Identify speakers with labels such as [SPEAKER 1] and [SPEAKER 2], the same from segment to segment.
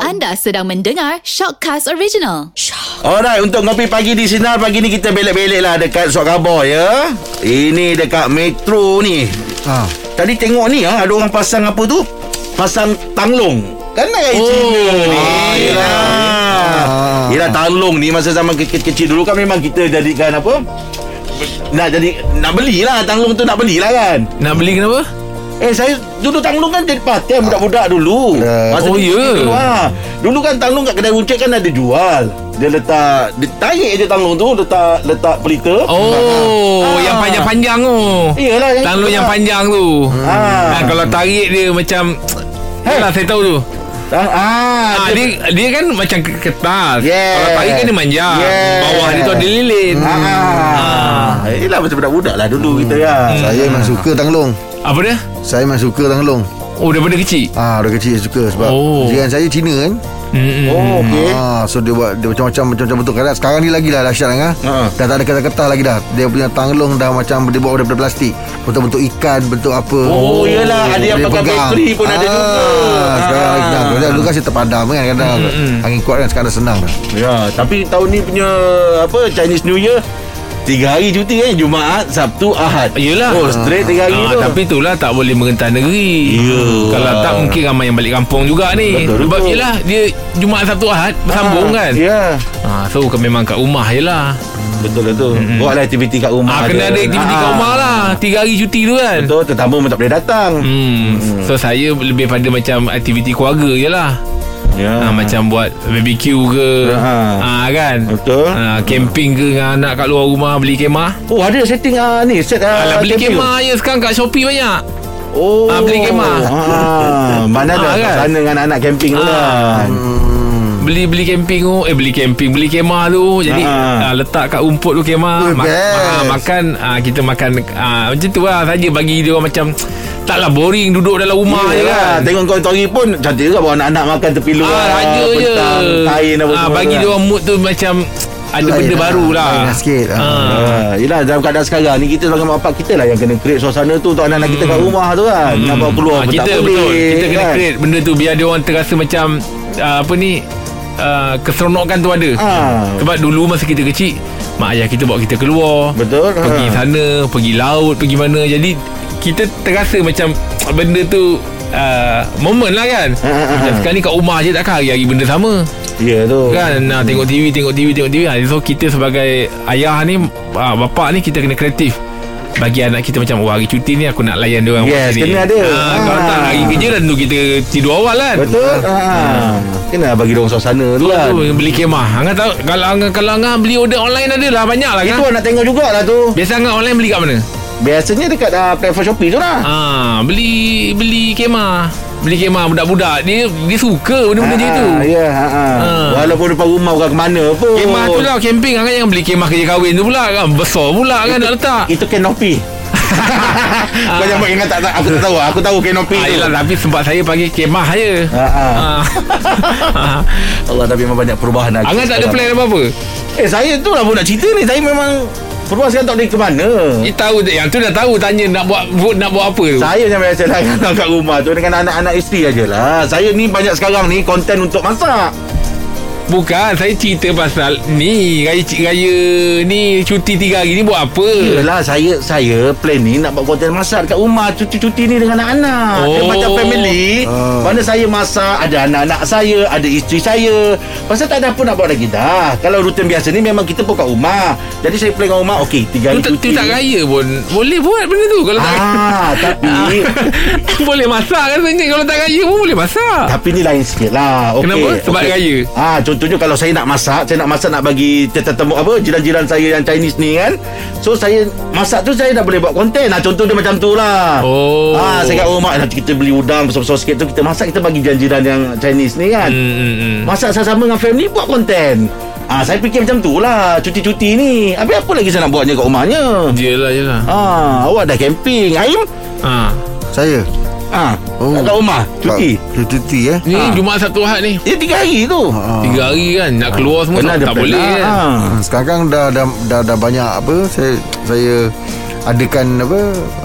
[SPEAKER 1] Anda sedang mendengar Shockcast Original.
[SPEAKER 2] Alright, untuk kopi pagi di Sinar Pagi ni kita belek-belek lah dekat Suat Khabar ya Ini dekat Metro ni ha. Tadi tengok ni ha, ada orang pasang apa tu? Pasang tanglong Kan nak oh. Cina ni ah, Yelah ah. Yelah tanglong ni masa zaman kecil-kecil dulu kan memang kita jadikan apa? Nak jadi Nak belilah Tanglong tu nak belilah kan
[SPEAKER 3] Nak beli kenapa?
[SPEAKER 2] Eh saya dulu tanglung kan jadi paten budak-budak dulu.
[SPEAKER 3] Ah. Oh,
[SPEAKER 2] kecil
[SPEAKER 3] ya.
[SPEAKER 2] Dulu, ha. dulu kan tanglung kat kedai runcit kan ada jual. Dia letak dia tarik je tanglung tu letak letak pelita.
[SPEAKER 3] Oh,
[SPEAKER 2] Ah.
[SPEAKER 3] yang panjang-panjang tu.
[SPEAKER 2] Iyalah yang lah.
[SPEAKER 3] Tanglon yang panjang tu.
[SPEAKER 2] Ha.
[SPEAKER 3] Ha, kalau tarik dia macam Yalah saya tahu tu
[SPEAKER 2] Ah, ah,
[SPEAKER 3] ha,
[SPEAKER 2] dia,
[SPEAKER 3] dia, dia kan macam ke- kertas
[SPEAKER 2] Yes.
[SPEAKER 3] Kalau tarik kan dia manjang
[SPEAKER 2] Yes.
[SPEAKER 3] Bawah dia tu ada lilin
[SPEAKER 2] ah. ah. Yelah macam budak-budak lah dulu kita ya.
[SPEAKER 3] Hmm.
[SPEAKER 4] Saya memang suka tanglong
[SPEAKER 3] Apa dia?
[SPEAKER 4] Saya memang suka tanglong
[SPEAKER 3] Oh daripada kecil
[SPEAKER 4] Ah, Dari kecil saya suka Sebab oh.
[SPEAKER 3] Oh.
[SPEAKER 4] jiran saya Cina kan
[SPEAKER 3] Mm-mm.
[SPEAKER 2] Oh okey.
[SPEAKER 4] ah, So dia buat dia macam-macam Macam-macam bentuk Kadang sekarang ni lagi lah dahsyat kan?
[SPEAKER 2] Ha.
[SPEAKER 4] Dah tak ada kertas-kertas lagi dah Dia punya tanglong dah macam Dia buat daripada plastik Bentuk-bentuk ikan Bentuk apa
[SPEAKER 2] Oh, yelah, ada yang
[SPEAKER 4] Dia
[SPEAKER 2] pakai
[SPEAKER 4] pegang.
[SPEAKER 2] bateri pun ada
[SPEAKER 4] Ah,
[SPEAKER 2] juga.
[SPEAKER 4] Sekarang
[SPEAKER 2] Ah.
[SPEAKER 4] lagi senang Kadang Dulu kan saya terpadam kan Kadang angin kuat kan Sekarang dah senang dah
[SPEAKER 2] Ya, tapi tahun ni punya apa Chinese New Year Tiga hari cuti kan Jumaat, Sabtu, Ahad
[SPEAKER 3] Yelah
[SPEAKER 2] Oh straight tiga hari
[SPEAKER 3] Ah,
[SPEAKER 2] tu Ha.
[SPEAKER 3] Tapi itulah tak boleh merentah negeri
[SPEAKER 2] Ya.
[SPEAKER 3] Kalau tak mungkin ramai yang balik kampung juga ni
[SPEAKER 2] Betul,
[SPEAKER 3] Sebab
[SPEAKER 2] betul.
[SPEAKER 3] yelah dia Jumaat Sabtu Ahad Bersambung kan
[SPEAKER 2] Ya
[SPEAKER 3] ha, So ke- memang kat rumah je lah
[SPEAKER 2] Betul lah tu mm-hmm. Buatlah aktiviti kat rumah Ah,
[SPEAKER 3] ha, Kena ada aktiviti kat rumah lah Tiga hari cuti tu kan
[SPEAKER 2] Betul tetamu pun tak boleh datang
[SPEAKER 3] Hmm. So saya lebih pada macam aktiviti keluarga je lah
[SPEAKER 2] Ya
[SPEAKER 3] ha, Macam buat BBQ ke
[SPEAKER 2] Ha.
[SPEAKER 3] ha, kan
[SPEAKER 2] Betul.
[SPEAKER 3] ha, Camping ke dengan anak kat luar rumah Beli kemah
[SPEAKER 2] Oh ada setting ah ni set ah.
[SPEAKER 3] Alah beli
[SPEAKER 2] camping tu.
[SPEAKER 3] kemah je sekarang kat Shopee banyak
[SPEAKER 2] Oh.
[SPEAKER 3] Ah, beli kemah.
[SPEAKER 2] Ah, mana ada
[SPEAKER 3] Ah,
[SPEAKER 2] kat
[SPEAKER 3] kan?
[SPEAKER 2] sana dengan anak camping tu
[SPEAKER 3] Ah.
[SPEAKER 2] kan.
[SPEAKER 3] Beli beli camping tu Eh beli camping Beli kemah tu Jadi
[SPEAKER 2] Ha.
[SPEAKER 3] ha. letak kat rumput tu
[SPEAKER 4] Oh,
[SPEAKER 3] kemah
[SPEAKER 4] best.
[SPEAKER 3] ah, Makan ah, Kita makan ah, Macam tu lah Saja bagi dia orang macam Taklah boring duduk dalam rumah
[SPEAKER 2] Yelah,
[SPEAKER 3] je kan
[SPEAKER 2] Ya, ah, Tengok kau story pun cantik juga bawa anak-anak makan tepi luar.
[SPEAKER 3] Ah, raja je
[SPEAKER 2] petang, Kain apa
[SPEAKER 3] ah,
[SPEAKER 2] semua kan.
[SPEAKER 3] Bagi
[SPEAKER 2] tu
[SPEAKER 3] dia orang mood tu macam Ada
[SPEAKER 4] Lain
[SPEAKER 3] benda
[SPEAKER 4] lah,
[SPEAKER 3] baru lah
[SPEAKER 4] lain lah sikit. Ah.
[SPEAKER 3] Ah.
[SPEAKER 2] Ah, yelah dalam keadaan sekarang ni kita sebagai mak bapak kita lah yang kena create suasana tu untuk anak-anak kita kat rumah tu kan. Nak bawa keluar
[SPEAKER 3] Hmm. Ah,
[SPEAKER 2] pun
[SPEAKER 3] kita
[SPEAKER 2] tak boleh.
[SPEAKER 3] betul kita kena
[SPEAKER 2] kan?
[SPEAKER 3] create benda tu biar dia orang terasa macam ah, apa ni ah, keseronokan tu ada
[SPEAKER 2] Ah.
[SPEAKER 3] sebab dulu masa kita kecil mak ayah kita bawa kita keluar
[SPEAKER 2] Betul.
[SPEAKER 3] pergi
[SPEAKER 2] ha.
[SPEAKER 3] sana pergi laut pergi mana jadi kita terasa macam benda tu uh, momen lah kan
[SPEAKER 2] Ah, ah, ah.
[SPEAKER 3] macam sekarang ni kat rumah je takkan hari-hari benda sama
[SPEAKER 2] Ya tu.
[SPEAKER 3] Kan nah, Tengok TV Tengok TV Tengok TV ha, So kita sebagai Ayah ni ah, Bapak ni Kita kena kreatif bagi anak kita macam Wah hari cuti ni Aku nak layan dia orang
[SPEAKER 2] Yes, kena ada.
[SPEAKER 3] ha, Kalau
[SPEAKER 2] Ah.
[SPEAKER 3] tak hari kerja dah Tentu kita tidur awal kan
[SPEAKER 2] Betul.
[SPEAKER 3] ah.
[SPEAKER 2] Ha. Kena bagi dia orang suasana tu kan.
[SPEAKER 3] tu, Beli kemah Angah tahu Kalau Angah, kalau Angah beli order online ada lah Banyak lah kan
[SPEAKER 2] Itu nak tengok jugalah tu.
[SPEAKER 3] Biasa Angah online beli kat mana?
[SPEAKER 2] Biasanya dekat uh, platform Shopee tu lah.
[SPEAKER 3] Ah, beli beli kemah Beli kemah budak-budak Dia dia suka benda-benda macam tu
[SPEAKER 2] Ya, ha, ha.
[SPEAKER 3] Ha.
[SPEAKER 2] Walaupun depan rumah bukan ke mana pun.
[SPEAKER 3] Kemah tu lah camping Angah jangan beli kemah kerja kahwin tu pula kan Besar pula kan nak letak
[SPEAKER 2] Itu kanopi. Kau jangan buat ingat tak, tak aku tak tahu. lah. Aku tahu kanopi
[SPEAKER 3] Ah,
[SPEAKER 2] tu.
[SPEAKER 3] yelah, tapi sebab saya panggil kemah je.
[SPEAKER 2] Ha, ha.
[SPEAKER 3] Ah. Ah.
[SPEAKER 2] Allah tapi memang banyak perubahan lagi.
[SPEAKER 3] Angah tak ada
[SPEAKER 2] sekarang.
[SPEAKER 3] plan apa-apa?
[SPEAKER 2] Eh saya tu lah pun nak cerita ni. Saya memang perubahan sekarang tak boleh ke mana.
[SPEAKER 3] Eh, tahu tak? Yang tu dah tahu tanya nak buat vote nak buat apa tu.
[SPEAKER 2] Saya macam biasa lah Kalau kat rumah tu Dengan anak-anak isteri aje lah Saya ni banyak sekarang ni Konten untuk masak
[SPEAKER 3] Bukan, saya cerita pasal ni raya raya ni cuti tiga hari ni buat apa?
[SPEAKER 2] Yelah saya Saya plan ni Nak buat konten masak Dekat rumah Cuti-cuti ni dengan anak-anak oh. Dia
[SPEAKER 3] Oh.
[SPEAKER 2] macam family
[SPEAKER 4] Ah.
[SPEAKER 2] Mana saya masak Ada anak-anak saya Ada isteri saya Pasal tak ada apa nak buat lagi dah Kalau rutin biasa ni Memang kita pun kat rumah Jadi saya plan dengan rumah Okey tiga
[SPEAKER 3] Tu
[SPEAKER 2] hari
[SPEAKER 3] tak, tu
[SPEAKER 2] cuti
[SPEAKER 3] tak raya pun Boleh buat benda tu Kalau tak
[SPEAKER 2] Ah, tapi-
[SPEAKER 3] Boleh masak rasanya Kalau tak raya pun boleh masak
[SPEAKER 2] tapi ni lain sikit lah Okey,
[SPEAKER 3] Kenapa? Sebab
[SPEAKER 2] okey.
[SPEAKER 3] raya.
[SPEAKER 2] Ah, Contohnya kalau saya nak masak Saya nak masak nak bagi Tetamu apa Jiran-jiran saya yang Chinese ni kan So saya Masak tu saya dah boleh buat konten ah, Contoh dia macam tu lah
[SPEAKER 3] Oh.
[SPEAKER 2] ah, Saya kat rumah Nanti kita beli udang Besar-besar sikit tu Kita masak kita bagi jiran-jiran yang Chinese ni kan
[SPEAKER 3] Hmm, hmm, hmm.
[SPEAKER 2] Masak sama-sama dengan family Buat konten ah, Saya fikir macam tu lah Cuti-cuti ni Habis apa lagi saya nak buatnya kat rumahnya
[SPEAKER 3] Yelah yelah
[SPEAKER 2] Ah, Awak dah camping Aim
[SPEAKER 3] ha.
[SPEAKER 4] Saya
[SPEAKER 2] ah,
[SPEAKER 4] Oh.
[SPEAKER 2] Kat rumah Cuti
[SPEAKER 4] Tak- Cuti eh
[SPEAKER 3] Ni
[SPEAKER 2] Ah.
[SPEAKER 3] Jumaat Sabtu Ahad ni
[SPEAKER 2] Dia tiga hari tu
[SPEAKER 4] Ah.
[SPEAKER 3] Tiga hari kan Nak keluar semua
[SPEAKER 2] Kena
[SPEAKER 3] tak, kan?
[SPEAKER 2] ada
[SPEAKER 3] tak
[SPEAKER 2] plan
[SPEAKER 3] boleh
[SPEAKER 2] lah.
[SPEAKER 3] kan
[SPEAKER 2] Ah.
[SPEAKER 4] Ah, Sekarang dah dah, dah dah banyak apa saya saya adakan apa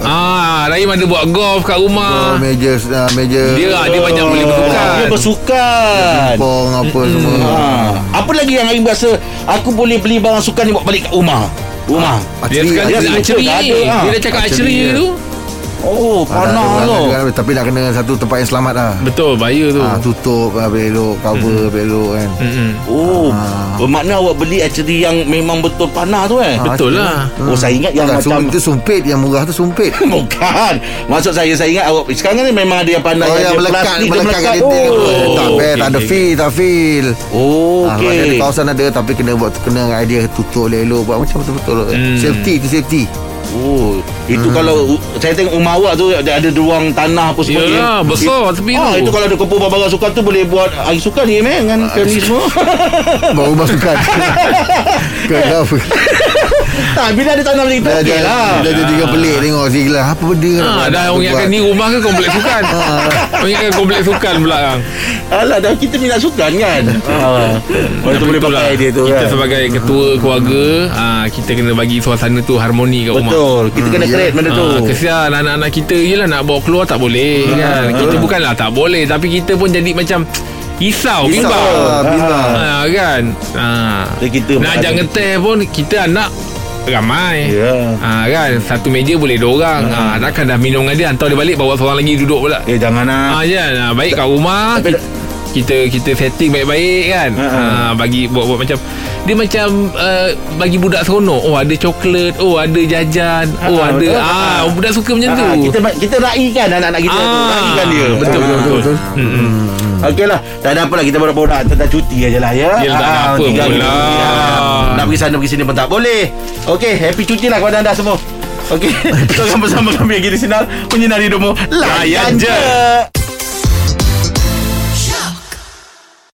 [SPEAKER 3] Ah, Rahim ada buat golf kat
[SPEAKER 4] uh,
[SPEAKER 3] rumah.
[SPEAKER 4] meja uh, meja
[SPEAKER 3] Ah. Dia lah, dia banyak boleh
[SPEAKER 2] Dia
[SPEAKER 3] bertukar.
[SPEAKER 2] bersukan.
[SPEAKER 4] pong apa
[SPEAKER 3] Hmm.
[SPEAKER 4] semua.
[SPEAKER 3] Ah.
[SPEAKER 2] Ha. Apa lagi yang Aim rasa aku boleh beli barang sukan ni bawa balik kat rumah?
[SPEAKER 4] Ah.
[SPEAKER 2] Rumah.
[SPEAKER 3] Dia
[SPEAKER 4] Actually,
[SPEAKER 3] sekarang
[SPEAKER 2] dia
[SPEAKER 3] dia
[SPEAKER 2] suka,
[SPEAKER 3] archery
[SPEAKER 2] tak
[SPEAKER 3] ni.
[SPEAKER 2] ada, ah.
[SPEAKER 3] Dia dah cakap
[SPEAKER 4] Archery
[SPEAKER 3] archery
[SPEAKER 4] dia.
[SPEAKER 3] tu.
[SPEAKER 2] Oh,
[SPEAKER 4] Ah, tak ada
[SPEAKER 2] panas
[SPEAKER 4] orang
[SPEAKER 2] tu.
[SPEAKER 4] kan, Tapi nak kena satu tempat yang selamat lah
[SPEAKER 3] Betul, Hmm. bahaya tu.
[SPEAKER 4] ha, Tutup ah, belok Cover belok kan
[SPEAKER 3] Mm-mm.
[SPEAKER 2] Oh, bermakna awak beli actually yang memang betul panas tu eh.
[SPEAKER 4] Ah, actually,
[SPEAKER 3] Betul lah.
[SPEAKER 4] ah.
[SPEAKER 2] Oh, saya ingat yang
[SPEAKER 4] Bukan,
[SPEAKER 2] macam-
[SPEAKER 4] sum- Itu sumpit Yang murah tu sumpit
[SPEAKER 2] Bukan Maksud saya Saya ingat awak Sekarang ni memang ada yang pandai
[SPEAKER 4] Oh
[SPEAKER 2] yang
[SPEAKER 4] yang
[SPEAKER 2] dia
[SPEAKER 4] melekat
[SPEAKER 2] plastik tu
[SPEAKER 4] Melekat kat
[SPEAKER 2] Oh,
[SPEAKER 4] dinding tu. Tak
[SPEAKER 3] okey,
[SPEAKER 4] fair Tak ada
[SPEAKER 3] okey,
[SPEAKER 4] feel Tak feel
[SPEAKER 2] oh
[SPEAKER 4] Ah, sebab dia ada
[SPEAKER 2] okey.
[SPEAKER 4] kawasan ada Tapi kena buat Kena idea tutup elok Buat macam betul-betul
[SPEAKER 3] Hmm.
[SPEAKER 4] Safety tu safety
[SPEAKER 2] oh, Itu kalau Saya tengok rumah awak tu Ada, ada ruang tanah apa semua
[SPEAKER 3] Yalah,
[SPEAKER 2] Im.
[SPEAKER 3] besar
[SPEAKER 2] It-
[SPEAKER 3] tepi
[SPEAKER 2] Ah,
[SPEAKER 3] tu. Ah,
[SPEAKER 2] itu kalau ada kumpul barang sukan tu Boleh buat air sukan ni eh, Dengan family semua
[SPEAKER 4] Baru masukkan Kenapa
[SPEAKER 2] Tak Ah, bila ada tanah macam itu
[SPEAKER 4] Dah
[SPEAKER 2] Okey
[SPEAKER 4] jadi
[SPEAKER 2] lah
[SPEAKER 4] Dah jadi kan pelik Tengok Zigla Apa benda
[SPEAKER 3] Ha, dah orang ingatkan ni rumah ke kompleks sukan?
[SPEAKER 2] Ah.
[SPEAKER 3] Orang ingatkan kompleks sukan pula kan.
[SPEAKER 2] Alah dah kita minat sukan kan ah, Orang tu boleh
[SPEAKER 3] Betul
[SPEAKER 2] pakai dia tu
[SPEAKER 3] Kita
[SPEAKER 2] kan
[SPEAKER 3] sebagai ketua keluarga, ha, kita kena bagi suasana tu harmoni kat rumah.
[SPEAKER 2] Betul Kita kena
[SPEAKER 4] ya.
[SPEAKER 2] create benda tu Ah,
[SPEAKER 3] Ah, kesian anak-anak kita je lah nak bawa keluar tak boleh kan. Kita bukanlah tak boleh tapi kita pun jadi macam risau, bimbang.
[SPEAKER 4] lah, Bimbang
[SPEAKER 2] Ah.
[SPEAKER 3] Ha, kan. Ha.
[SPEAKER 2] Jadi kita
[SPEAKER 3] Nak ajak ngeteh pun kita anak ramai.
[SPEAKER 2] Ya. Hmm.
[SPEAKER 3] Ha, kan satu meja boleh dua orang. Ha. takkan dah minum dengan dia hantar dia balik bawa seorang lagi duduk pula.
[SPEAKER 2] Eh jangan lah
[SPEAKER 3] Ha, kan. Ha, baik kat rumah
[SPEAKER 2] Tapi-
[SPEAKER 3] kita kita setting baik-baik kan.
[SPEAKER 2] Ha,
[SPEAKER 3] Ha,
[SPEAKER 2] ha.
[SPEAKER 3] bagi buat buat macam dia macam uh, bagi budak seronok. Oh ada coklat, oh ada jajan,
[SPEAKER 2] Ha,
[SPEAKER 3] oh ada
[SPEAKER 2] betul.
[SPEAKER 3] ah budak suka macam
[SPEAKER 2] Ah,
[SPEAKER 3] tu.
[SPEAKER 2] kita kita raikan anak-anak kita tu
[SPEAKER 3] Ah,
[SPEAKER 2] raikan dia Ah.
[SPEAKER 3] Betul betul betul.
[SPEAKER 4] betul.
[SPEAKER 3] Mm-mm.
[SPEAKER 2] Okey lah Tak ada apa lah Kita borak-borak Tentang cuti aje lah ya
[SPEAKER 3] Hmm. Yelah, tak ada apa lah.
[SPEAKER 2] tiga
[SPEAKER 3] pula.
[SPEAKER 2] cuti, ah. Nak pergi sana pergi sini pun tak boleh Okey Happy cuti lah kepada anda semua Okey Kita akan bersama kami lagi di Sinar Menyinari Hidupmu Layan je